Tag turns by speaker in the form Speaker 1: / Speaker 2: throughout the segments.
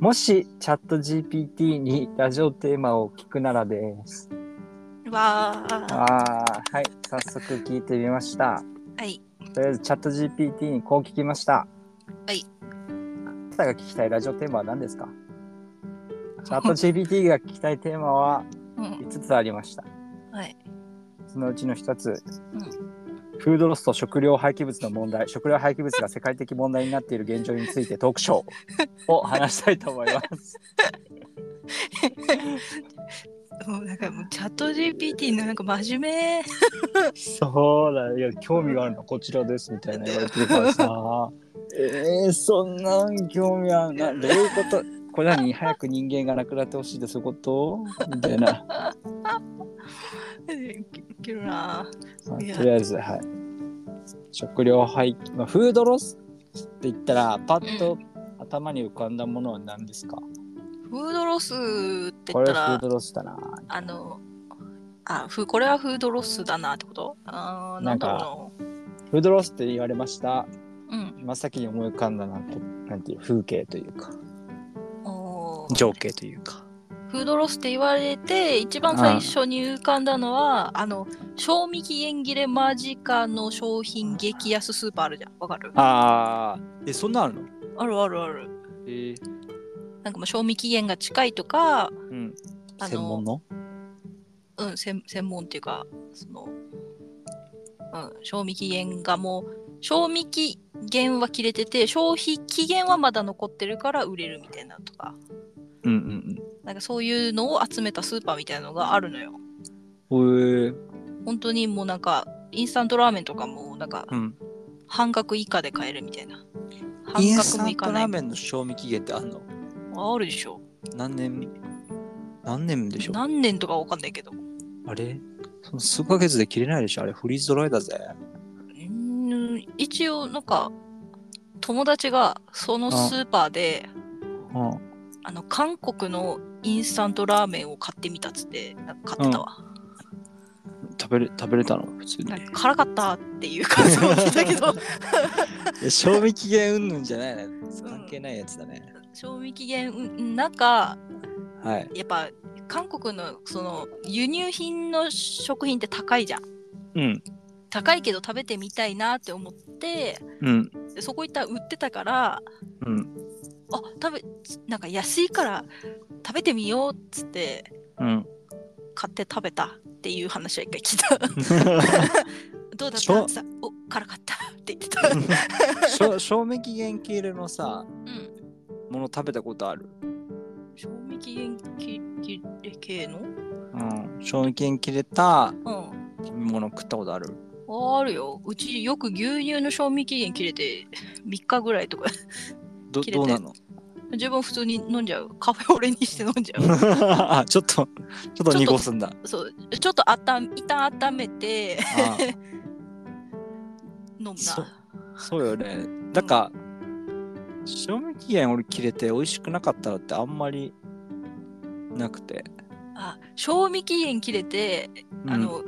Speaker 1: もしチャット GPT にラジオテーマを聞くならです。
Speaker 2: わ
Speaker 1: あ
Speaker 2: あ。
Speaker 1: ーはい、早速聞いてみました。
Speaker 2: はい。
Speaker 1: とりあえずチャット GPT にこう聞きました。
Speaker 2: はい。
Speaker 1: あなたが聞きたいラジオテーマは何です かチャット GPT が聞きたいテーマは
Speaker 2: うん。
Speaker 1: 5つありました。
Speaker 2: はい。
Speaker 1: そのうちの1つ、フードロスと食料廃棄物の問題、食料廃棄物が世界的問題になっている現状についてトークショーを話したいと思い ます。
Speaker 2: もうなんかもうチャット GPT のなんか真面目。
Speaker 1: そうだよ、いや興味があるのこちらですみたいな言われてるからさ、えー、そんなん興味あるな、どういうことこれ何早く人間がなくなってほしいってそういうことみたいな。
Speaker 2: いけるな。
Speaker 1: まあ
Speaker 2: いや
Speaker 1: とりあえず、はい。食料廃棄、まあ、フードロスって言ったら、パッと頭に浮かんだものは何ですか、
Speaker 2: フードロスって言
Speaker 1: こ
Speaker 2: っ
Speaker 1: れ
Speaker 2: た
Speaker 1: フー
Speaker 2: ら
Speaker 1: ド、ロスだな。
Speaker 2: あの、あ、ふこれはフードロスだなってことあーなんだろう
Speaker 1: フードロスって言われました。
Speaker 2: な。うん。
Speaker 1: 真っ先に思い浮かんだなと、なんていう風景というか、
Speaker 2: おー
Speaker 1: 情景というか。
Speaker 2: フードロスって言われて、一番最初に浮かんだのは、あの、賞味期限切れ間近の商品激安スーパーあるじゃん。わかる
Speaker 1: ああ、え、そんなあるの
Speaker 2: あるあるある。
Speaker 1: え
Speaker 2: なんかもう賞味期限が近いとか、
Speaker 1: うん。
Speaker 2: あの
Speaker 1: 専門の
Speaker 2: うん、専専門っていうか、その、うん、賞味期限がもう、賞味期限は切れてて、消費期限はまだ残ってるから売れるみたいなとか、
Speaker 1: うんうん
Speaker 2: なんかそういうのを集めたスーパーみたいなのがあるのよ。
Speaker 1: うん。へえ
Speaker 2: 本当にもうなんか、インスタントラーメンとかも、なんか、
Speaker 1: うん。
Speaker 2: 半額以下で買えるみたいな。半
Speaker 1: インス
Speaker 2: 額
Speaker 1: タ
Speaker 2: も
Speaker 1: ン
Speaker 2: いか
Speaker 1: ト
Speaker 2: な
Speaker 1: ラー
Speaker 2: い。
Speaker 1: メンの賞味期限ってあるの
Speaker 2: あるでしょ。
Speaker 1: 何年何年でしょう
Speaker 2: 何年とかわかんないけど。
Speaker 1: あれその数ヶ月で切れないでしょあれフリーズドライだぜ。
Speaker 2: うーん一応なんか友達がそのスーパーで
Speaker 1: うん。
Speaker 2: あの韓国のインスタントラーメンを買ってみたっつってなんか買ってたわ、
Speaker 1: 食べれ、食べれたの普通に
Speaker 2: なんか辛かったっていう感想を聞いたけど、
Speaker 1: いや賞味期限うんぬんじゃないね。
Speaker 2: うん
Speaker 1: 関係ないやつだね。
Speaker 2: 賞味期限うんなんか
Speaker 1: はい。
Speaker 2: やっぱ韓国のその輸入品の食品って高いじゃん
Speaker 1: うん。
Speaker 2: 高いけど食べてみたいなって思って
Speaker 1: うん。
Speaker 2: でそこ行ったら売ってたから
Speaker 1: うん。
Speaker 2: あ食べなんか安いから食べてみようっつって
Speaker 1: うん。
Speaker 2: 買って食べたっていう話は一回聞いた どうだっ
Speaker 1: そ
Speaker 2: た
Speaker 1: う
Speaker 2: ってさお辛かったって言ってた うん
Speaker 1: しょ 賞味期限切れのさ、もの食べたことある。
Speaker 2: 賞味期限切れ系の
Speaker 1: うん。賞味期限切れた
Speaker 2: うん
Speaker 1: もの食ったことある。
Speaker 2: あるようちよく牛乳の賞味期限切れて3日ぐらいとか
Speaker 1: ど、
Speaker 2: 切れ
Speaker 1: ど
Speaker 2: て
Speaker 1: うなの
Speaker 2: 自分普通に飲んじゃうカフェオレにして飲んじゃう
Speaker 1: あ、 ちょっと、ちょっと濁すんだ。
Speaker 2: そうちょっとあった一旦温めて
Speaker 1: ああ
Speaker 2: 飲む
Speaker 1: そう
Speaker 2: な
Speaker 1: そうよね。だから、賞味期限俺切れて美味しくなかったのってあんまりなくて。
Speaker 2: あ賞味期限切れて、
Speaker 1: うん
Speaker 2: あのい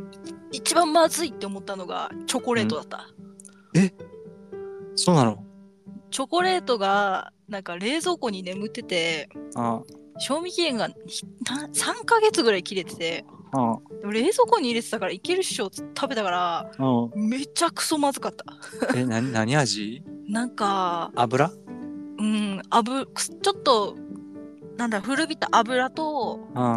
Speaker 2: 一番まずいって思ったのがチョコレートだった、
Speaker 1: そうなの
Speaker 2: チョコレートがなんか冷蔵庫に眠ってて
Speaker 1: あ
Speaker 2: 賞味期限がひな3ヶ月ぐらい切れてて
Speaker 1: あ、あ
Speaker 2: でも冷蔵庫に入れてたからいけるっしょっつって食べたから
Speaker 1: あ、 うん。
Speaker 2: めちゃくそまずかった
Speaker 1: え、な、何味
Speaker 2: なんか
Speaker 1: 油
Speaker 2: うん油くすちょっとなんだろう古びた油と
Speaker 1: うん。
Speaker 2: な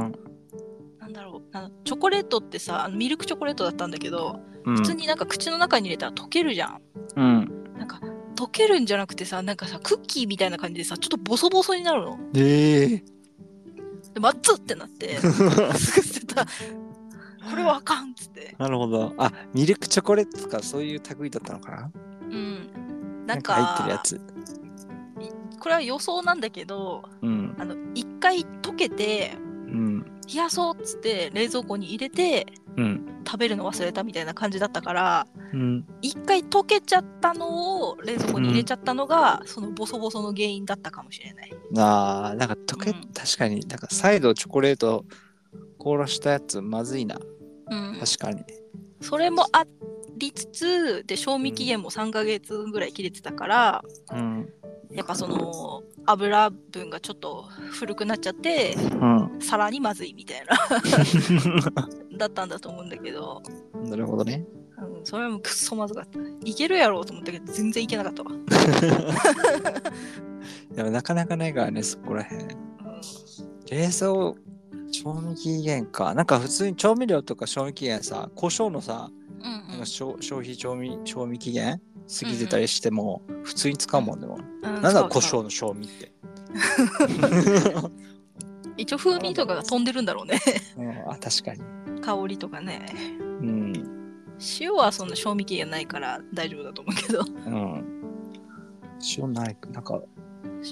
Speaker 2: んだろうなチョコレートってさあのミルクチョコレートだったんだけど
Speaker 1: うん
Speaker 2: 普通になんか口の中に入れたら溶けるじゃん
Speaker 1: うん。
Speaker 2: なんか溶けるんじゃなくてさなんかさクッキーみたいな感じでさちょっとボソボソになるの
Speaker 1: ええ
Speaker 2: でまっつってなっ てすぐ捨てたこれはあかんっつって
Speaker 1: なるほど。あ、ミルクチョコレートとかそういう類だったのかな
Speaker 2: うんな
Speaker 1: なん
Speaker 2: ん
Speaker 1: か
Speaker 2: か
Speaker 1: 入ってるやつ。
Speaker 2: これは予想なんだけど
Speaker 1: うん。
Speaker 2: あの一回溶けて
Speaker 1: うん。
Speaker 2: 冷やそうっつって冷蔵庫に入れて
Speaker 1: うん。
Speaker 2: 食べるの忘れたみたいな感じだったから
Speaker 1: うん。
Speaker 2: 一回溶けちゃったのを冷蔵庫に入れちゃったのが、そのボソボソの原因だったかもしれない
Speaker 1: ああ、なんか溶け、
Speaker 2: うん
Speaker 1: 確かに、なんか再度チョコレート凍らしたやつまずいな。
Speaker 2: うん
Speaker 1: 確かに。
Speaker 2: それもありつつで賞味期限も3ヶ月ぐらい切れてたから、
Speaker 1: うん。
Speaker 2: やっぱその油分がちょっと古くなっちゃって
Speaker 1: うん。
Speaker 2: さらにまずいみたいな だったんだと思うんだけど、
Speaker 1: なるほどね。
Speaker 2: うん、それもくっそまずかったいけるやろうと思ったけど全然いけなかったわ、うん、
Speaker 1: いやなかなかないからね、そこらへん。冷蔵賞味期限か。なんか普通に調味料とか賞味期限さ、胡椒のさ、
Speaker 2: うん
Speaker 1: なんか消消費調味賞味期限過ぎてたりしても、普通に使うもんでも。
Speaker 2: うん、
Speaker 1: なんだ
Speaker 2: そう
Speaker 1: 胡
Speaker 2: そう
Speaker 1: 椒の賞味 って。
Speaker 2: 一応風味とかが飛んでるんだろうね
Speaker 1: うん、あ、確かに。
Speaker 2: 香りとかね
Speaker 1: うん。
Speaker 2: 塩はそんな賞味期限ないから大丈夫だと思うけど
Speaker 1: うん。塩ない、なんか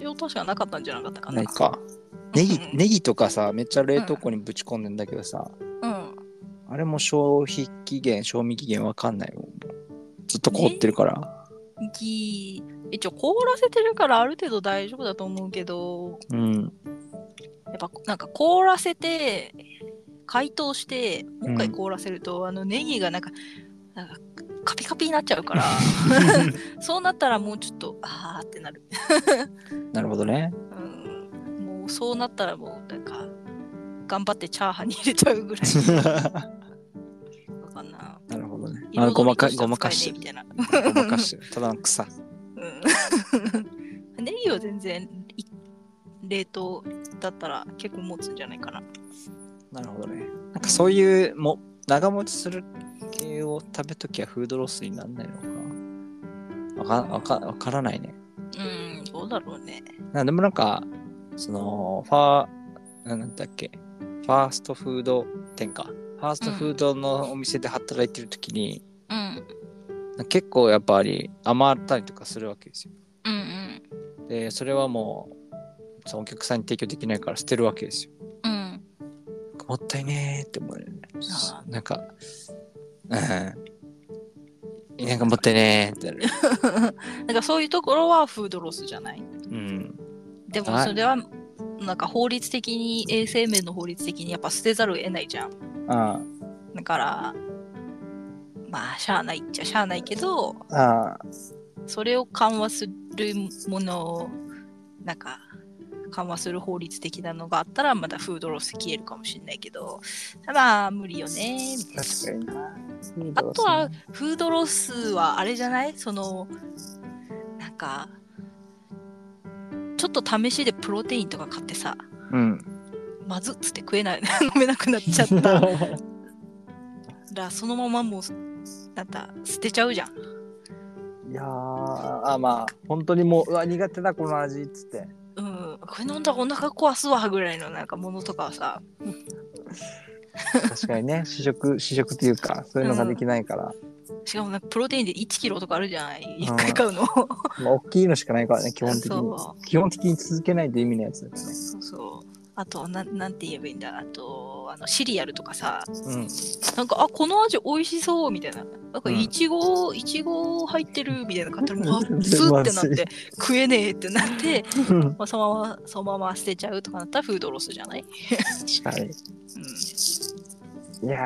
Speaker 2: 塩確かなかったんじゃなかったかな
Speaker 1: ないか。ネギ
Speaker 2: うんうん
Speaker 1: ネギとかさ、めっちゃ冷凍庫にぶち込んでんだけどさ、
Speaker 2: うん
Speaker 1: あれも消費期限、賞味期限わかんないもん。ずっと凍ってるから。
Speaker 2: ぎ一応凍らせてるからある程度大丈夫だと思うけど
Speaker 1: うん。
Speaker 2: やっぱなんか凍らせて解凍してもう一
Speaker 1: う
Speaker 2: 回
Speaker 1: ん
Speaker 2: 凍らせると、あのネギがなんかなんかカピカピになっちゃうから そうなったらもうちょっとあーってなる、
Speaker 1: なるほど ね。
Speaker 2: うん、もうそうなったらもうなんか頑張ってチャーハンに入れちゃうぐらいわかんな
Speaker 1: なるほどね。
Speaker 2: い
Speaker 1: あごま
Speaker 2: 彩
Speaker 1: か
Speaker 2: りと
Speaker 1: ごま
Speaker 2: は
Speaker 1: か
Speaker 2: 使
Speaker 1: し
Speaker 2: え
Speaker 1: て
Speaker 2: ねえみたいな
Speaker 1: る。ごまかしてる。ただの草。
Speaker 2: うん ネギは全然い冷凍だったら結構持つんじゃないかな。
Speaker 1: なるほどね。なんかそういうも長持ちする系を食べときはフードロスにならないのか。わかわかわからないね。
Speaker 2: うん、どうだろうね。
Speaker 1: なでもなんか、その、ファー、なんだっけ、ファーストフード店か。ファーストフードのお店で働いてるときに、
Speaker 2: うん、
Speaker 1: 結構やっぱり余ったりとかするわけですよ。
Speaker 2: うん、うん、
Speaker 1: で、それはもう、そのお客さんに提供できないから捨てるわけですよ。
Speaker 2: うん。
Speaker 1: もったいねーって思うよね
Speaker 2: あ。
Speaker 1: なんか、うん。なんかもったいねーってなる。
Speaker 2: だからそういうところはフードロスじゃない。
Speaker 1: うん。
Speaker 2: でも
Speaker 1: はい
Speaker 2: それはなんか法律的に衛生面の法律的にやっぱ捨てざるを得ないじゃん。
Speaker 1: あ
Speaker 2: だからまあしゃあないっちゃしゃあないけど
Speaker 1: あ、ああ、
Speaker 2: それを緩和するものをなんか緩和する法律的なのがあったらまだフードロス消えるかもしれないけどまあ無理よねみたいな
Speaker 1: 確かにな。
Speaker 2: あとはフードロスはあれじゃないそのなんかちょっと試しでプロテインとか買ってさ
Speaker 1: うん。
Speaker 2: まずっつって食えない 飲めなくなっちゃったらそのままもうなんか捨てちゃうじゃん
Speaker 1: いやーあまあ本当にもううわ苦手だこの味っつって
Speaker 2: うんこれ飲んだらお腹壊すわぐらいのなんかものとかはさ
Speaker 1: 確かにね 試食試食っていうかそういうのができないから、
Speaker 2: しかもなんかプロテインで1キロとかあるじゃない
Speaker 1: ん
Speaker 2: 一回買うの
Speaker 1: まあ大きいのしかないからね基本的に
Speaker 2: そ
Speaker 1: 基本的に続けないと意味のやつだか
Speaker 2: そうそうあとななんて言えばいいんだあとあのシリアルとかさ
Speaker 1: らね
Speaker 2: なんかあこの味美味しそうみたいななん
Speaker 1: う
Speaker 2: か
Speaker 1: ん
Speaker 2: いちごいちご入ってるみたいなの買った らま
Speaker 1: 全
Speaker 2: ず
Speaker 1: 然
Speaker 2: っ
Speaker 1: ま
Speaker 2: て
Speaker 1: ず
Speaker 2: ないって食えねえってなって、
Speaker 1: うん
Speaker 2: まあ、そのままそのまま捨てちゃうとかなったらフードロスじゃない、
Speaker 1: 確かに
Speaker 2: う
Speaker 1: いや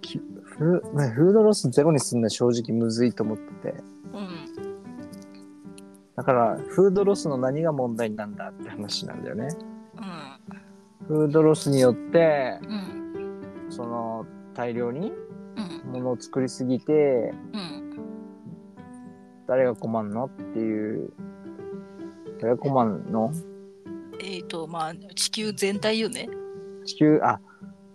Speaker 1: ーきフーねフードロスゼロにするのは正直むずいと思ってて
Speaker 2: んうん、
Speaker 1: だからフードロスの何が問題なんだって話なんだよね
Speaker 2: うん
Speaker 1: フードロスによって
Speaker 2: うん
Speaker 1: その大量に
Speaker 2: うん
Speaker 1: ものを作りすぎて
Speaker 2: うん
Speaker 1: 誰が困んのっていう誰が困んの
Speaker 2: えっ、とまあ地球全体よね
Speaker 1: 地球あ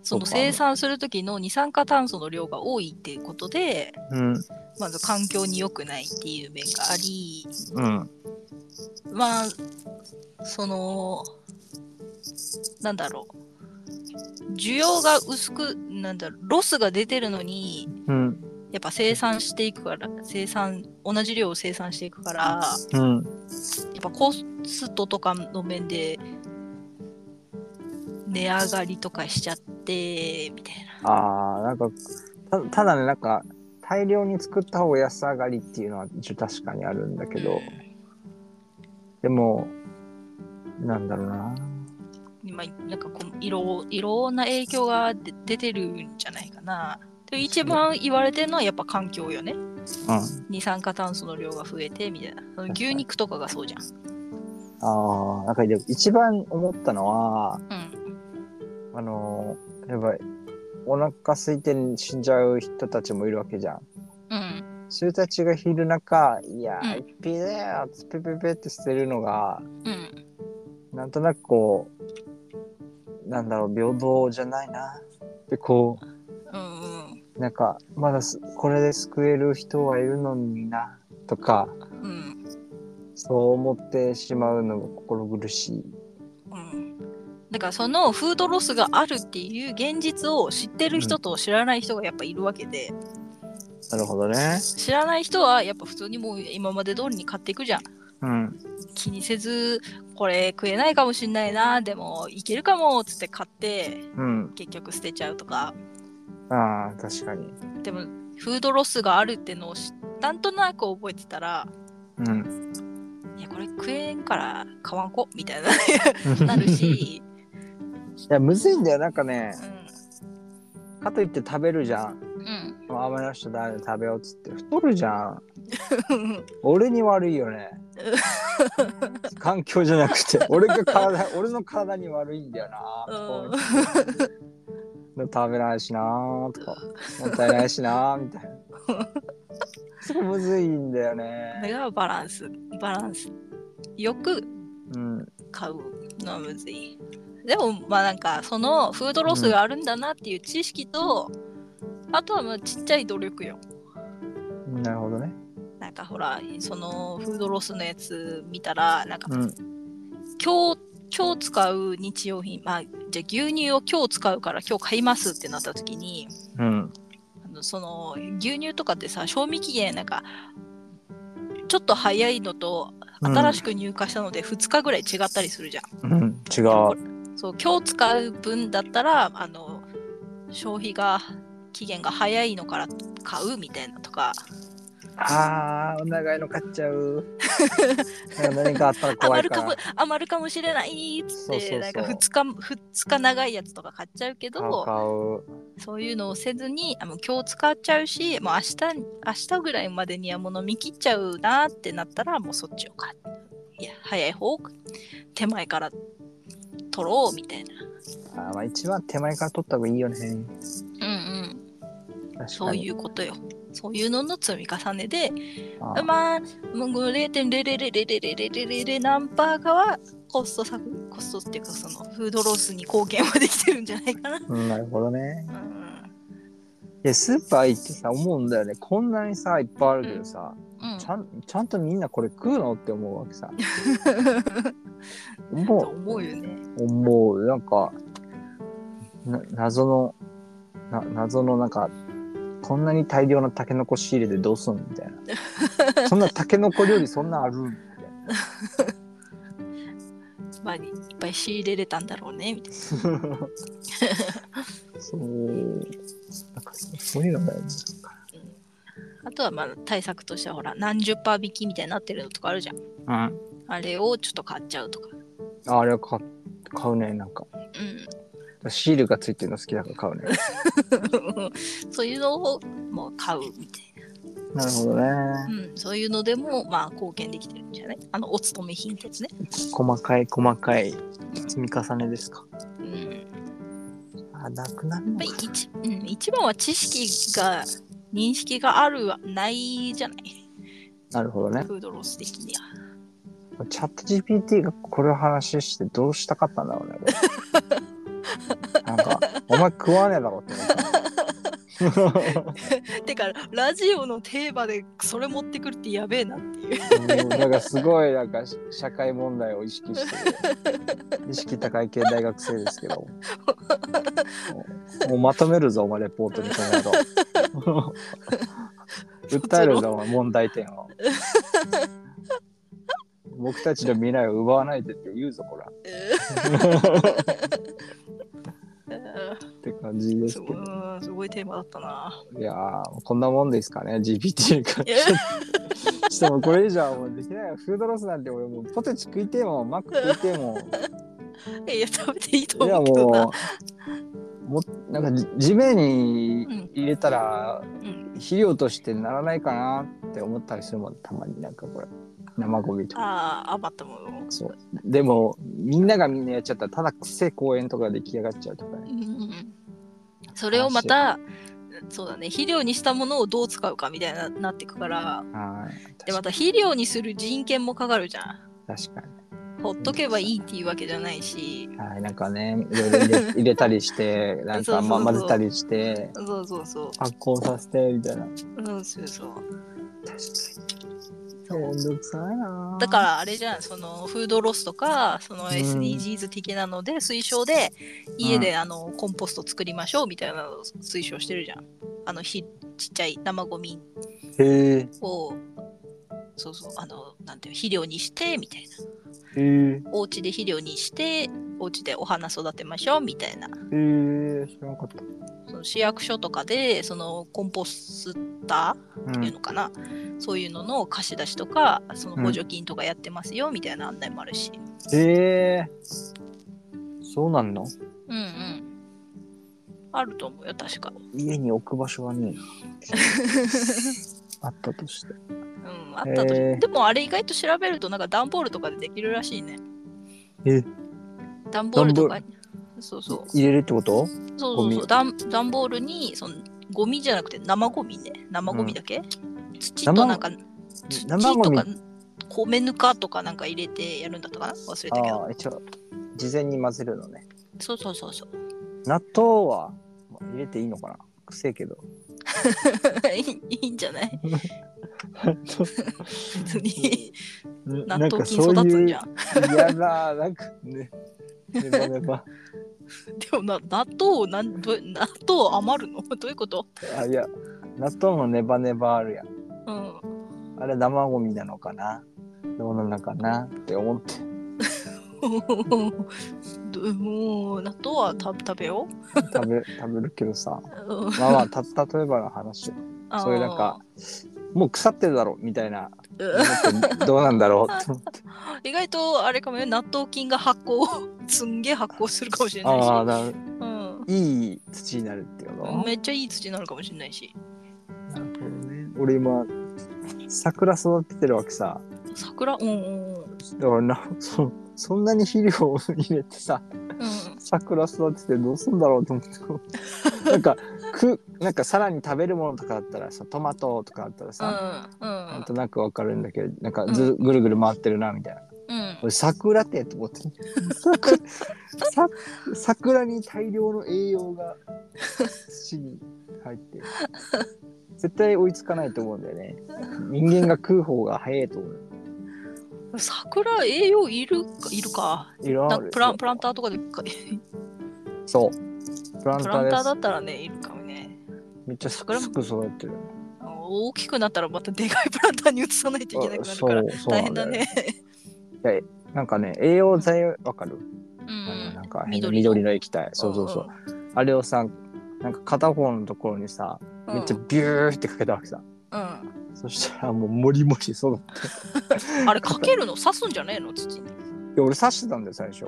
Speaker 2: その
Speaker 1: そうか
Speaker 2: 生産する時の二酸化炭素の量が多いっていうことで
Speaker 1: うん
Speaker 2: まず環境に良くないっていう面があり
Speaker 1: うん
Speaker 2: まあそのなんだろう需要が薄くなんだろうロスが出てるのに
Speaker 1: うん
Speaker 2: やっぱ生産していくから生産同じ量を生産していくからや
Speaker 1: うん
Speaker 2: っぱコストとかの面で値上がりとかしちゃってみたいな
Speaker 1: あーなんかたただねなんか大量に作った方が安上がりっていうのは一応確かにあるんだけどでもなんだろうな
Speaker 2: 今なんかこういろいろんな影響が出出てるんじゃないかなで一番言われてるのはやっぱ環境よね
Speaker 1: うん。
Speaker 2: 二酸化炭素の量が増えてみたいなその牛肉とかがそうじゃん
Speaker 1: ああ、なんかでも一番思ったのは、
Speaker 2: うん
Speaker 1: あのー、やっぱり、お腹空いて死んじゃう人たちもいるわけじゃん。
Speaker 2: うん
Speaker 1: そういう人たちがいる中、いや
Speaker 2: う
Speaker 1: ー、一品だよってペペペって捨てるのが、
Speaker 2: うん
Speaker 1: なんとなくこう、なんだろう、平等じゃないな。で、こ
Speaker 2: うんうん
Speaker 1: う、なんか、まだすこれで救える人はいるのにな、とか、
Speaker 2: うん
Speaker 1: そう思ってしまうのが心苦しい。
Speaker 2: うんだからそのフードロスがあるっていう現実を知ってる人と知らない人がやっぱいるわけで、
Speaker 1: なるほどね。
Speaker 2: 知らない人はやっぱ普通にもう今まで通りに買っていくじゃん
Speaker 1: うん。
Speaker 2: 気にせずこれ食えないかもしんないなでもいけるかもっつって買って
Speaker 1: うん。
Speaker 2: 結局捨てちゃうとか
Speaker 1: ああ、確かに。
Speaker 2: でもフードロスがあるってのをしなんとなく覚えてたら
Speaker 1: うん。
Speaker 2: いやこれ食えんから買わんこみたいな な る。
Speaker 1: い
Speaker 2: し、
Speaker 1: や、むずいんだよ。なんかね、
Speaker 2: う
Speaker 1: かといって食べるじゃん。
Speaker 2: んうん、
Speaker 1: ああまりの人だよ食べようっつって。太るじゃん。俺に悪いよね。環境じゃなくて、俺が体、俺の体に悪いんだよな。
Speaker 2: うん
Speaker 1: こう食べないしなーとか、もったいないしなーみたいな。すごいむずいんだよ
Speaker 2: それ
Speaker 1: ね。
Speaker 2: がバランスバランスよく
Speaker 1: うん。
Speaker 2: 買うのはむずいでもまあなんかそのフードロスがあるんだなっていう知識と、あとはまあちっちゃい努力よ
Speaker 1: なるほどね。
Speaker 2: なんかほらそのフードロスのやつ見たらなんか
Speaker 1: うん。
Speaker 2: 今日今日使う日用品まあじゃあ牛乳を今日使うから今日買いますってなった時に
Speaker 1: うん。
Speaker 2: あのその牛乳とかってさ賞味期限なんかちょっと早いのと新しく入荷したので2日ぐらい違ったりするじゃん。
Speaker 1: うん。違う。
Speaker 2: そう今日使う分だったらあの消費が期限が早いのから買うみたいなとか
Speaker 1: あー、お長いの買っちゃ う。なんか何かあったら怖い
Speaker 2: 余る
Speaker 1: か
Speaker 2: かも
Speaker 1: ら。
Speaker 2: 余るかもしれないっつっ
Speaker 1: そ
Speaker 2: て
Speaker 1: うそうそう
Speaker 2: なんか2日も2日長いやつとか買っちゃうけど。
Speaker 1: 買
Speaker 2: そういうのをせずにあの今日使っちゃうしもう明日に明日ぐらいまでにはもう飲み切っちゃうなってなったらもうそっちを買ういや早い方手前から取ろうみたいな
Speaker 1: う。あーまあ一番手前から取った方がいいよね。
Speaker 2: うんうん
Speaker 1: 確かに。
Speaker 2: そういうことよそういうのの積み重ねで
Speaker 1: あー
Speaker 2: まあもう0.000000何パーかはコスト削コストっていうかそのフードロスに貢献はできてるんじゃないかな
Speaker 1: うん、なるほどね。
Speaker 2: うん
Speaker 1: いや、スーパー行ってさ、思うんだよね。こんなにさ、いっぱいあるけどさ、
Speaker 2: うん
Speaker 1: ちゃん、ちゃんとみんなこれ食うのって思うわけ さ。も
Speaker 2: と思うよね
Speaker 1: う、思う。なんか、な謎の、な謎のなんか、こんなに大量のタケノコ仕入れてどうすんみたい な。そんなタケノコ料理そんなあるみたいな。
Speaker 2: まあ、いっぱい仕入れれたんだろうねみたい
Speaker 1: そう。なんかそういうのだよね。
Speaker 2: なあとはまあ対策としてはほら何十パー引きみたいになってるのとかあるじゃん
Speaker 1: うん。
Speaker 2: あれをちょっと買っちゃうとか
Speaker 1: ああれは買買うね、なんか。
Speaker 2: う
Speaker 1: シールがついてるの好きだから買うね。
Speaker 2: んそういうのをもう買うみたい
Speaker 1: なるほどね。
Speaker 2: な、うん、そういうのでもまあ貢献できてるんじゃないあのお勤め品ってやつね、
Speaker 1: 細かい細かい積み重ねですか。
Speaker 2: うんやっ
Speaker 1: あ、なくなるの
Speaker 2: ぱ
Speaker 1: か
Speaker 2: り一,、うん、一番は知識が認識があるはないじゃない
Speaker 1: なるほどね。
Speaker 2: フードロス的には
Speaker 1: チャット GPT がこれを話してどうしたかったんだろうね。これなんか、お前食わねえだろって思った。
Speaker 2: てかラジオのテーマでそれ持ってくるってやべえなっていう
Speaker 1: うんなんかすごいなんか社会問題を意識してる。意識高い系大学生ですけど。もうまとめるぞ、お前レポートにこの後。訴えるぞ、お前問題点を。僕たちの未来を奪わないでって言うぞ、こら。って感じですす
Speaker 2: ご
Speaker 1: けど。
Speaker 2: うんすごいテーマだった な。
Speaker 1: いやー、こんなもんですかね、GPT から。
Speaker 2: え
Speaker 1: ちょっともうこれ以上はもうできないよフードロスなんて俺もうポテチ食いてえもんマック食いてえもん
Speaker 2: いや、食べていいと
Speaker 1: いや
Speaker 2: 思うけどな。
Speaker 1: もう もなんかじ地面に
Speaker 2: うん
Speaker 1: 入れたら
Speaker 2: ん
Speaker 1: 肥料としてならないかなって思ったりするもんたまになんかこれ生ゴミとか
Speaker 2: ああ余ったもの
Speaker 1: そうでもみんながみんなやっちゃったらただくせえ公園とか出来上がっちゃうとか
Speaker 2: う
Speaker 1: ね
Speaker 2: んうんうんそれをまたそうだね肥料にしたものをどう使うかみたいななってくか
Speaker 1: は
Speaker 2: ら
Speaker 1: い
Speaker 2: でま
Speaker 1: 確
Speaker 2: た肥料にする人権もかかるじゃん
Speaker 1: 確かに
Speaker 2: ほっとけばいいっていうわけじゃないし
Speaker 1: はいなんかねいろいろ 入れ入れたりしてなんかま
Speaker 2: そうそうそう
Speaker 1: 混ぜたりして
Speaker 2: そうそうそう
Speaker 1: 発酵させてみたいな
Speaker 2: うんそうそう
Speaker 1: 確かにめんどくさいな
Speaker 2: だからあれじゃんそのフードロスとかその
Speaker 1: ん
Speaker 2: SDGs 的なので推奨で家であのコンポスト作りましょうみたいなのを推奨してるじゃんあのひちっちゃい生ゴミ
Speaker 1: らへえ
Speaker 2: をそうそうあのなんていうの肥料にしてみたいな
Speaker 1: へえ
Speaker 2: お家で肥料にしてお家でお花育てましょうみたいな
Speaker 1: へえ知らなかった
Speaker 2: その市役所とかでそのコンポスタ
Speaker 1: う
Speaker 2: ーっていうんのかな、そういうのの貸し出しとかその補助金とかやってますよみたいな案内もあるし、
Speaker 1: へえそうなんの
Speaker 2: うんうんあると思うよ確か
Speaker 1: 家に置く場所が ねえなあったとして
Speaker 2: うんあったと、
Speaker 1: へー
Speaker 2: でもあれ意外と調べるとなんか段ボールとかでできるらしいね
Speaker 1: え
Speaker 2: 段ボールとかにそうそう
Speaker 1: 入れるってこと
Speaker 2: そう
Speaker 1: ゴ
Speaker 2: そう
Speaker 1: ミ
Speaker 2: そう段段ボールにそのゴミじゃなくて生ゴミね生ゴミだけ、土と
Speaker 1: 生
Speaker 2: なんか土
Speaker 1: 生ゴ
Speaker 2: と
Speaker 1: ミ
Speaker 2: か米ぬかとかなんか入れてやるんだったかな忘れたけ
Speaker 1: あ
Speaker 2: ど
Speaker 1: あ一応事前に混ぜるのね
Speaker 2: そうそうそうそう
Speaker 1: 納豆はまあ入れていいのかなくせえけど
Speaker 2: いいいいんじゃない別に納
Speaker 1: 納
Speaker 2: 豆菌育つんじゃん
Speaker 1: 嫌ななんかねネバネバ
Speaker 2: でもな納豆をなんどう納豆余るのどういうこと
Speaker 1: あいや納豆のネバネバあるやん
Speaker 2: うん
Speaker 1: あれ生ゴミなのかなどうなのかなって思って
Speaker 2: どもう納豆はた食べよ
Speaker 1: 食べ食べるけどさ
Speaker 2: う、うん
Speaker 1: まあまあた例えばの話よそういうなんかもう腐ってるだろみたいな
Speaker 2: あーうん
Speaker 1: 思ってどうなんだろう と思って
Speaker 2: 意外とあれかもよ納豆菌が発酵 すんげえ発酵するかもしれないし
Speaker 1: ああなる
Speaker 2: うん、
Speaker 1: いい土になるってこと、
Speaker 2: めっちゃいい土になるかもしれないし
Speaker 1: なるほどね俺今桜育ててるわけさ
Speaker 2: 桜うんうんうん
Speaker 1: だからなそそんなに肥料を入れてさ
Speaker 2: うん
Speaker 1: 桜育ててどうすんだろうと思ってなんかくなんかさらに食べるものとかだったらさトマトとかだったらさ、
Speaker 2: うん
Speaker 1: なんとなくわかるんだけどなんかず、ぐるぐる回ってるなみたいな
Speaker 2: うん
Speaker 1: 俺桜ってと思 って桜さ桜に大量の栄養が土に入って絶対追いつかないと思うんだよね人間が食う方が早いと思う
Speaker 2: うん桜栄養いるかいるか
Speaker 1: いろいろ
Speaker 2: な
Speaker 1: ある
Speaker 2: プランプランターとかでか
Speaker 1: そうプラン
Speaker 2: プ
Speaker 1: タ
Speaker 2: ランタ
Speaker 1: ー
Speaker 2: ーだ
Speaker 1: です
Speaker 2: ったらねいるかもね
Speaker 1: めっちゃすくすく育ってる
Speaker 2: 大きくなったらまたでかいプランターに移さないといけなくなるから
Speaker 1: あそうそう
Speaker 2: 大
Speaker 1: なん
Speaker 2: 変だ
Speaker 1: よ
Speaker 2: ね
Speaker 1: なんかね栄養剤わかる、
Speaker 2: う
Speaker 1: なんんか変な
Speaker 2: 緑の
Speaker 1: 緑の液体そうそうそう、あれをさなんか片方のところにさ
Speaker 2: うん
Speaker 1: めっちゃビューってかけたわけさ、
Speaker 2: うん
Speaker 1: そしたらもうモリモリそう
Speaker 2: あれかけるの刺すんじゃねえの土に
Speaker 1: で俺刺してたんだよ最初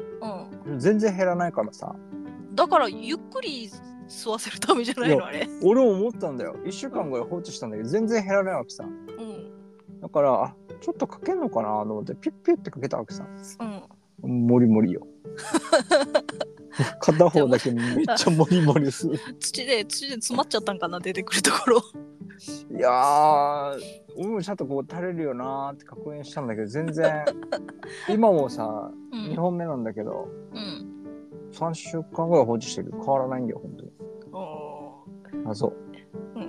Speaker 2: うん
Speaker 1: 全然減らないからさ
Speaker 2: だからゆっくり吸わせるためじゃない
Speaker 1: い
Speaker 2: の
Speaker 1: や
Speaker 2: あれ。
Speaker 1: 俺も思ったんだよ1週間ぐらい放置したんだけど全然減らないわけさ
Speaker 2: うん。
Speaker 1: だからあちょっとかけんのかなと思ってピュッピュッってかけたわけさ
Speaker 2: うん。
Speaker 1: モリモリ よ片方だけめっちゃモリモリする
Speaker 2: 土で土で詰まっちゃったんかな出てくるところ。
Speaker 1: いやー俺もちゃんとこう垂れるよなーって確認したんだけど全然今もさ
Speaker 2: う
Speaker 1: 2
Speaker 2: ん。
Speaker 1: 本目なんだけど
Speaker 2: うん。
Speaker 1: 3週間ぐらい放置してるけど変わらないんだよ本当に
Speaker 2: お
Speaker 1: あそう
Speaker 2: ー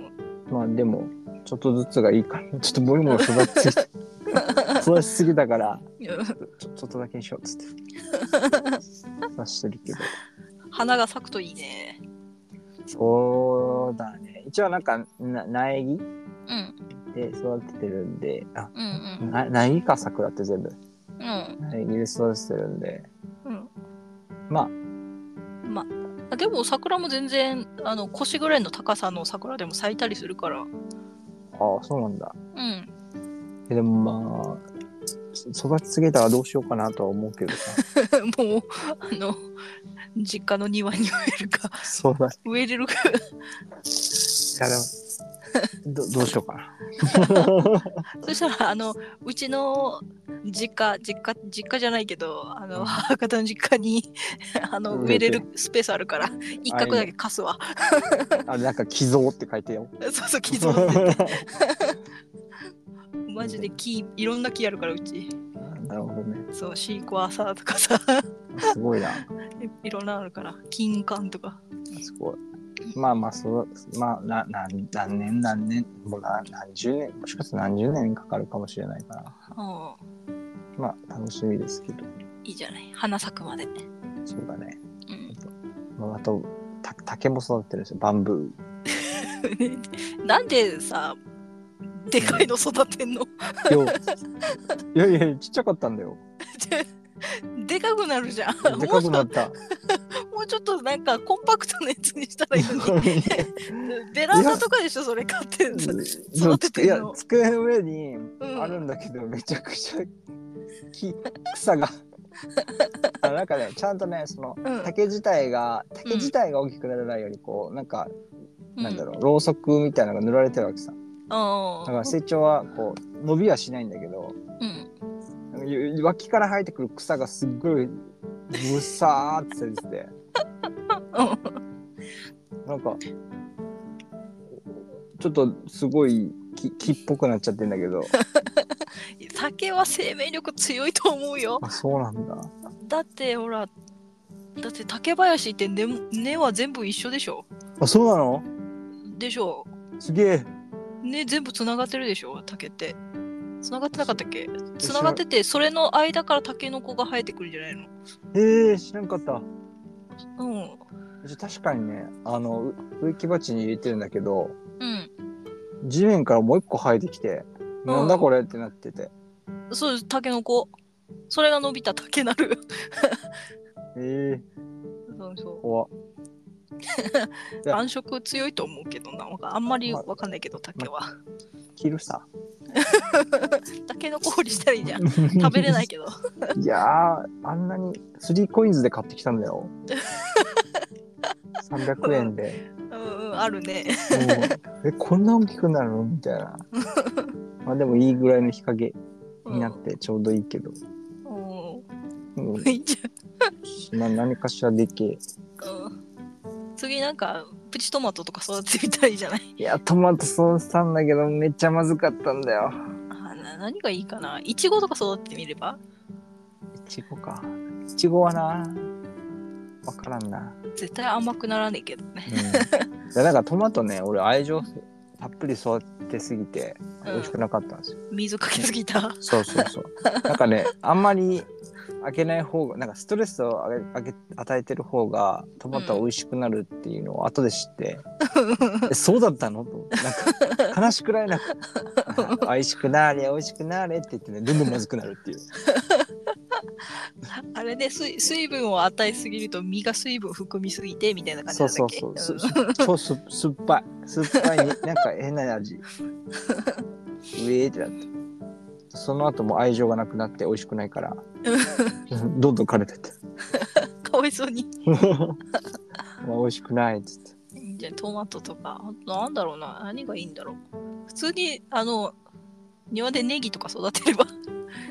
Speaker 2: うん。
Speaker 1: まあでもちょっとずつがいいから ちょっとモリモリ育ちすぎた育ちすぎたからちょちょっとだけにしようっつってさしてるけど
Speaker 2: 花が咲くといいね。
Speaker 1: そうだね一応なんかな苗木
Speaker 2: うん。
Speaker 1: で育ててるんであ
Speaker 2: うんうん。
Speaker 1: な苗木か桜って全部
Speaker 2: う
Speaker 1: 苗
Speaker 2: ん。
Speaker 1: 木で育ててるんで
Speaker 2: うん。
Speaker 1: まあ
Speaker 2: まあ。でも桜も全然あの腰ぐらいの高さの桜 でも咲いたりするから。
Speaker 1: ああそうなんだ
Speaker 2: うん。
Speaker 1: えでもまあそ育ちすぎたらどうしようかなとは思うけどさ
Speaker 2: もうあの実家の庭に植えるか
Speaker 1: そうだ。
Speaker 2: 植えれるか
Speaker 1: いやでもどどうしようかな。
Speaker 2: そしたらあのうちの実家実家実家じゃないけどあ
Speaker 1: うん
Speaker 2: の母方の実家に あの
Speaker 1: 植
Speaker 2: 植
Speaker 1: え
Speaker 2: え
Speaker 1: て
Speaker 2: れるスペースあるから一角だけ貸すわ
Speaker 1: あなんか寄贈って書いてよ。
Speaker 2: そうそう寄贈って マジで木いろんな木あるからうち
Speaker 1: なるほどね。
Speaker 2: そうシークワーサーとかさ
Speaker 1: すごいな。
Speaker 2: いろんなのあるから金柑とか
Speaker 1: すごい。まあまあそうまあな何何年何年もうな何十年もしかして何十年かかるかもしれないから
Speaker 2: う
Speaker 1: まあ楽しみですけど
Speaker 2: んいいじゃない花咲くまで
Speaker 1: そうだね。
Speaker 2: うん
Speaker 1: まあ、あとた竹も育ってるんですよバンブー。
Speaker 2: なんでさでかいの育てんの
Speaker 1: いやいやいやちっちゃかったんだよ。
Speaker 2: でかくなるじゃん
Speaker 1: でかくなった。
Speaker 2: もうちょっとなんかコンパクトなやつにしたらいい のにベランダとかでしょそれ買ってんの
Speaker 1: そう
Speaker 2: て
Speaker 1: い
Speaker 2: てん
Speaker 1: や
Speaker 2: の
Speaker 1: 机の上に
Speaker 2: うん
Speaker 1: あるんだけど、めちゃくちゃ木草 があなんかねちゃんとねその
Speaker 2: うん
Speaker 1: 竹自体が竹自体が大きくならないようにこうなんか、
Speaker 2: うん
Speaker 1: なんだろうろうそくみたいなのが塗られてるわけさだから
Speaker 2: あ
Speaker 1: 成長はこう伸びはしないんだけど
Speaker 2: あうん
Speaker 1: ゆ脇から生えてくる草がすっごいむさーってされてて
Speaker 2: うん
Speaker 1: なんかちょっとすごい木木っぽくなっちゃってんだけど
Speaker 2: 酒は生命力強いと思うよ
Speaker 1: あそうなんだ
Speaker 2: だってほらだって竹林って根も根は全部一緒でしょ
Speaker 1: あそうなの
Speaker 2: でしょ
Speaker 1: すげえ
Speaker 2: 根全部つながってるでしょ竹ってつながってなかったっけつながっててそれの間から竹の子が生えてくるんじゃないの
Speaker 1: えー、知らんかった
Speaker 2: うん
Speaker 1: じゃ確かにねあのう植木鉢に入れてるんだけど
Speaker 2: うん
Speaker 1: 地面からもう一個生えてきて、
Speaker 2: うん
Speaker 1: なんだこれってなってて
Speaker 2: そうです、タケノコ。それが伸びたタケなる。
Speaker 1: えー、
Speaker 2: そうそ
Speaker 1: 怖っ
Speaker 2: う。
Speaker 1: や
Speaker 2: 繁殖強いと思うけどな。わかあんまりわかんないけど、タケは。
Speaker 1: 切るさ
Speaker 2: タケノコ掘りしたらいいじゃん。
Speaker 1: 食
Speaker 2: 食べれないけど。
Speaker 1: いやーあんなに3コインズで買ってきたんだ よ300円で、
Speaker 2: うんうん、あるね。
Speaker 1: うんえこんな大きくなるのみたい なまあでもいいぐらいの日陰
Speaker 2: う
Speaker 1: に
Speaker 2: ん
Speaker 1: なってちょうどいいけど、
Speaker 2: う
Speaker 1: うん
Speaker 2: んいいじ
Speaker 1: な何かしらでけえ
Speaker 2: ゃん。うん次なんか、プチトマトとか育ててみたらいいじゃない。
Speaker 1: いやトマトそうしたんだけどめっちゃまずかったんだよ
Speaker 2: あな何がいいかな。イチゴとか育ててみれば
Speaker 1: いちごか。いちごはな、わからんな。
Speaker 2: 絶対甘くならねえけどね。
Speaker 1: いやなんかトマトね、俺愛情たっぷり育てすぎて、美味しくなかったんですよ。
Speaker 2: 水かけす ぎた。
Speaker 1: そうそうそう。なんかね、あんまり開けない方が、なんかストレスをあげあげ与えてる方が、トマトは美味しくなるっていうのを後で知って、えそうだったのと思って、なんか悲しくらいなく、あ美味しくなーれ、美味しくなーれって言ってね、どんどんまずくなるっていう。
Speaker 2: あれね、水水分を与えすぎると身が水分含みすぎてみたいな感じ
Speaker 1: そ
Speaker 2: な
Speaker 1: うん
Speaker 2: だ
Speaker 1: そ
Speaker 2: っ
Speaker 1: う
Speaker 2: け
Speaker 1: そう。す超す酸っぱい。酸っぱいに、なんか変な味。うえーってなって。その後も愛情がなくなって美味しくないから、どんどん枯れてって。
Speaker 2: うんかわいそうに。
Speaker 1: まあ美味しくないっつって。
Speaker 2: じゃあトマトとか、あとなんだろうな、何がいいんだろう。普通に、あの、庭でネギとか育てれば、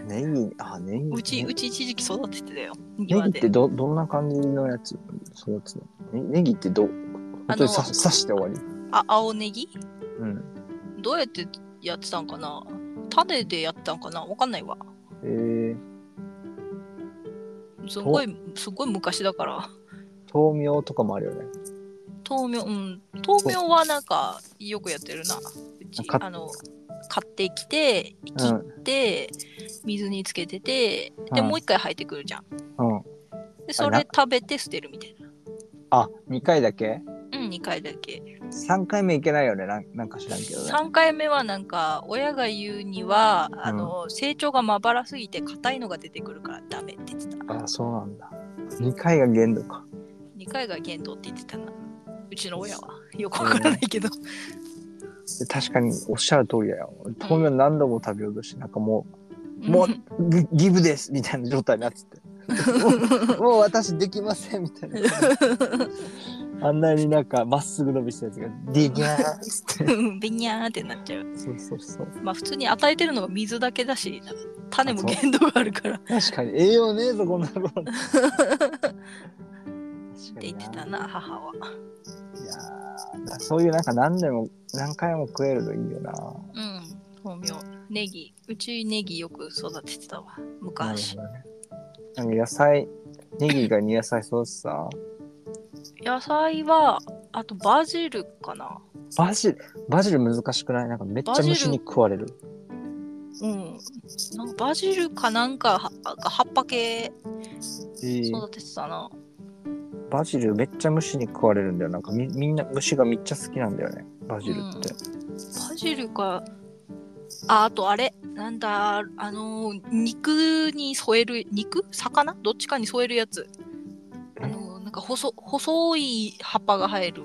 Speaker 1: ネギ、あ、ネギ。
Speaker 2: うち、
Speaker 1: ネ
Speaker 2: うち一時期育ててたよ。
Speaker 1: ネギ
Speaker 2: 庭
Speaker 1: っ
Speaker 2: で
Speaker 1: て。ど、どんな感じのやつ育つのネネギってど、本当にさ
Speaker 2: あ
Speaker 1: 刺
Speaker 2: の
Speaker 1: して終わり。
Speaker 2: あ、青ネギ
Speaker 1: うん。
Speaker 2: どうやってやってたんかな種でやったんかなわかんないわ。
Speaker 1: えー、
Speaker 2: すごい、すごい昔だから。
Speaker 1: 豆苗とかもあるよね。
Speaker 2: 豆苗、うん。豆苗はなんか、よくやってるな。うち、
Speaker 1: か
Speaker 2: あの、買ってきて、切
Speaker 1: う
Speaker 2: って、水につけてて、で、
Speaker 1: うん
Speaker 2: もう一回生えてくるじゃん。
Speaker 1: ん。うん。
Speaker 2: で、それ食べて捨てるみたいな。
Speaker 1: あ、2回だけ
Speaker 2: うん、2回だけ。
Speaker 1: ?3 回目いけないよね。なんなんか知らんけどね。
Speaker 2: 3回目はなんか親が言うにはあの、成長がまばらすぎて硬いのが出てくるからダメって言ってた
Speaker 1: あ、そうなんだ。2回が限度か。
Speaker 2: 2回が限度って言ってたなうちの親はよくわからないけど、
Speaker 1: で確かにおっしゃる通りだよ。豆苗何度も食べようとして、なんかもう、
Speaker 2: うん
Speaker 1: もう、ギギブですみたいな状態になってて。もうもう私できませんみたいなあんなになんかまっすぐ伸びしたやつが「ディギャー」っつって
Speaker 2: うんビニャーってなっちゃう
Speaker 1: そうそうそう
Speaker 2: まあ普通に与えてるのが水だけだし種も限度があるからって
Speaker 1: 確かに栄養ねえぞこんなの確かに
Speaker 2: 言って
Speaker 1: な
Speaker 2: たな母はい
Speaker 1: やーだそういうなんか何年も何回も食えるといいよな
Speaker 2: うん豆苗ネギうちネギよく育ててたわ昔
Speaker 1: なるほどねなんか野菜ネギ以外に野菜育てた
Speaker 2: 野菜はあとバジルかな
Speaker 1: バジルバジル難しくないなんかめっちゃ
Speaker 2: バジル
Speaker 1: 虫に食われる
Speaker 2: うんなんかバジルかなんかはが葉っぱ系育ててたな、
Speaker 1: バジルめっちゃ虫に食われるんだよなんかみみんな虫がめっちゃ好きなんだよねバジルって、
Speaker 2: バジルかああとあれなんだあのー肉に添える肉魚どっちかに添えるやつあのーなんか細細い葉っぱが生える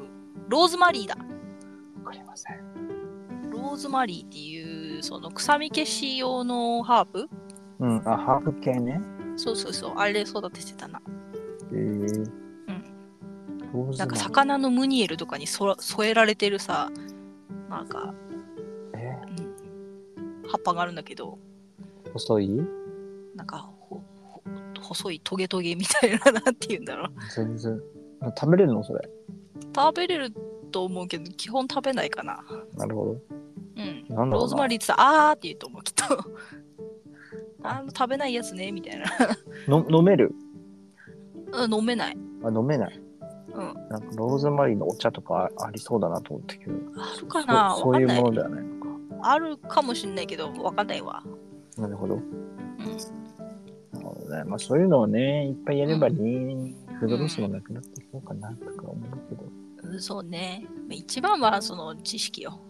Speaker 2: ローズマリーだ
Speaker 1: わかりません
Speaker 2: ローズマリーっていうその臭み消し用のハーブ
Speaker 1: うんあハーブ系ね
Speaker 2: そうそうそうあれ育ててたな
Speaker 1: へえーローズ
Speaker 2: なん
Speaker 1: マ
Speaker 2: か
Speaker 1: リー
Speaker 2: 魚のムニエルとかにそら添えられてるさなんか、
Speaker 1: え
Speaker 2: うん葉っぱがあるんだけど
Speaker 1: ー細い
Speaker 2: なんかほほ細いトゲトゲみたいななんて言うんだろう
Speaker 1: 全然あ食べれるのそれ
Speaker 2: 食べれると思うけど基本食べないかな
Speaker 1: なるほ
Speaker 2: うん
Speaker 1: どなんだろ
Speaker 2: ロー
Speaker 1: う
Speaker 2: ズ
Speaker 1: な
Speaker 2: マリーってさあーって言うと思うきっとあの食べないやつねみたいな
Speaker 1: の飲める
Speaker 2: うん飲めない
Speaker 1: あ飲めない
Speaker 2: うん
Speaker 1: なんかローズマリーのお茶とかあありそうだなと思ったけど
Speaker 2: あるかな
Speaker 1: そうそういう
Speaker 2: わかんな
Speaker 1: も
Speaker 2: い
Speaker 1: のではないのか
Speaker 2: あるかもしんないけどわかんないわ
Speaker 1: なるほど
Speaker 2: うん
Speaker 1: なるほどねまあそういうのをねいっぱいやればねフードロスもなくなっていこうかなとか思うけど
Speaker 2: うんそうね一番はその知識よ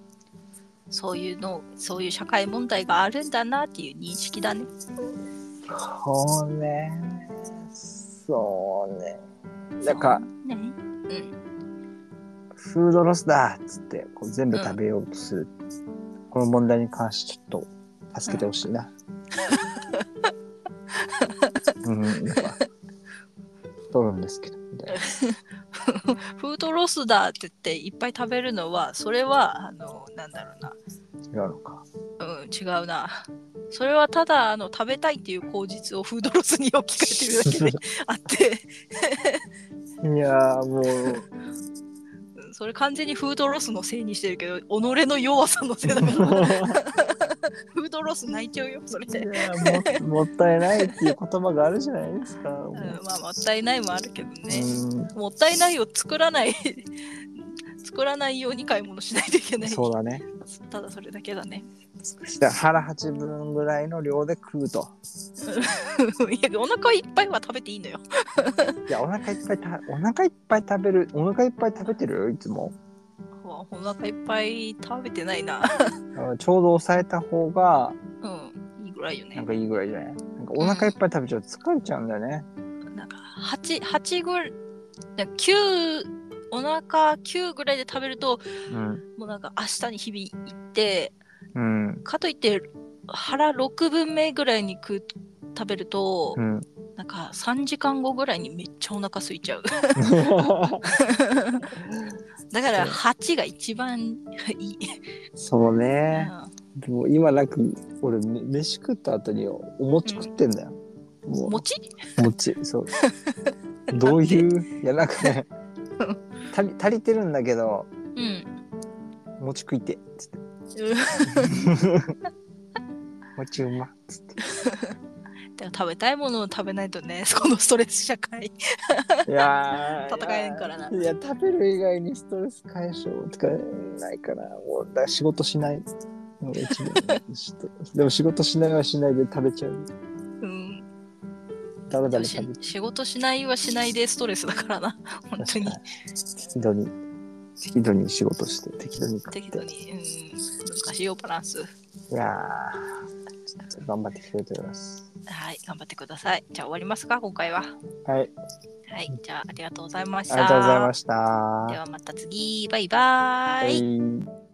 Speaker 2: そういうのそういう社会問題があるんだなっていう認識だね
Speaker 1: そうねそうねなんか
Speaker 2: そうねうん
Speaker 1: フードロスだっつってこう全部食べようとする、この問題に関してちょっと助けてほしいな。うん、なんか太るんですけどみたいな。
Speaker 2: フードロスだって言っていっぱい食べるのはそれはあのなんだろうな
Speaker 1: 違うの か。
Speaker 2: うん、違うな。それはただあの食べたいっていう口実をフードロスに置き換えてるだけであって、
Speaker 1: いやーもう
Speaker 2: うんそれ完全にフードロスのせいにしてるけど、己の弱さのせいだから、フードロス泣いちゃうよ、それ
Speaker 1: い
Speaker 2: で。
Speaker 1: やーももったいないっていう言葉があるじゃないですか。
Speaker 2: うん、まあ、もったいないもあるけどね。
Speaker 1: う、
Speaker 2: もったいないを作らない、 作らないように買い物しないといけなんい。
Speaker 1: そうだね。
Speaker 2: ただそれだけだね。
Speaker 1: だから腹八分ぐらいの量で食うと。
Speaker 2: いや、お腹いっぱいは食べていいのよ。
Speaker 1: いやお腹いっぱいたお腹いっぱい食べるお腹いっぱい食べてるいつも。
Speaker 2: お腹いっぱい食べてないな。
Speaker 1: あちょうど抑えた方が
Speaker 2: うん、いいぐらいよね
Speaker 1: なん。かいいぐらいじゃないなんかお腹いっぱい食べちゃうと疲れちゃうんだよね。
Speaker 2: なんか8、8ぐらい、なんか9、お腹9ぐらいで食べると、
Speaker 1: うん。
Speaker 2: もうなんか明日に日々行って、
Speaker 1: うん。
Speaker 2: かといって腹6分目ぐらいに食う食べると、
Speaker 1: うん。
Speaker 2: なんか3時間後ぐらいにめっちゃお腹空いちゃう。 だから8が一番いい。
Speaker 1: そう
Speaker 2: う
Speaker 1: ね。
Speaker 2: ん
Speaker 1: でも今なんか俺め飯食った後にお餅食ってんだよ。も
Speaker 2: 餅
Speaker 1: う餅そう。どういういやなんかね
Speaker 2: うん
Speaker 1: 足り足りてるんだけど
Speaker 2: うん。
Speaker 1: 餅食いてっつって餅うまっつって。
Speaker 2: でも食べたいものを食べないとね、このストレス社会。
Speaker 1: いやー
Speaker 2: 戦えんからない
Speaker 1: や食べる以外にストレス解消とかないからもうだから仕事しないのが一番ちょっとでも仕事しないはしないで食べちゃう
Speaker 2: うん
Speaker 1: だらだ
Speaker 2: で
Speaker 1: ら
Speaker 2: も
Speaker 1: 食
Speaker 2: し
Speaker 1: べち
Speaker 2: 仕事しないはしないでストレスだから な、本当に
Speaker 1: 確。適度に適度に仕事して適度に食って
Speaker 2: 適度に、うん、難しいよ、バランス。
Speaker 1: いやーちょっと頑張っていきたいと思います
Speaker 2: はい、頑張ってください。じゃあ終わりますか、今回は。
Speaker 1: はい
Speaker 2: はい、じゃあありがとうございまし
Speaker 1: あり
Speaker 2: た。
Speaker 1: がとうございまし
Speaker 2: で
Speaker 1: た
Speaker 2: はまた次、バイバーイ。
Speaker 1: はい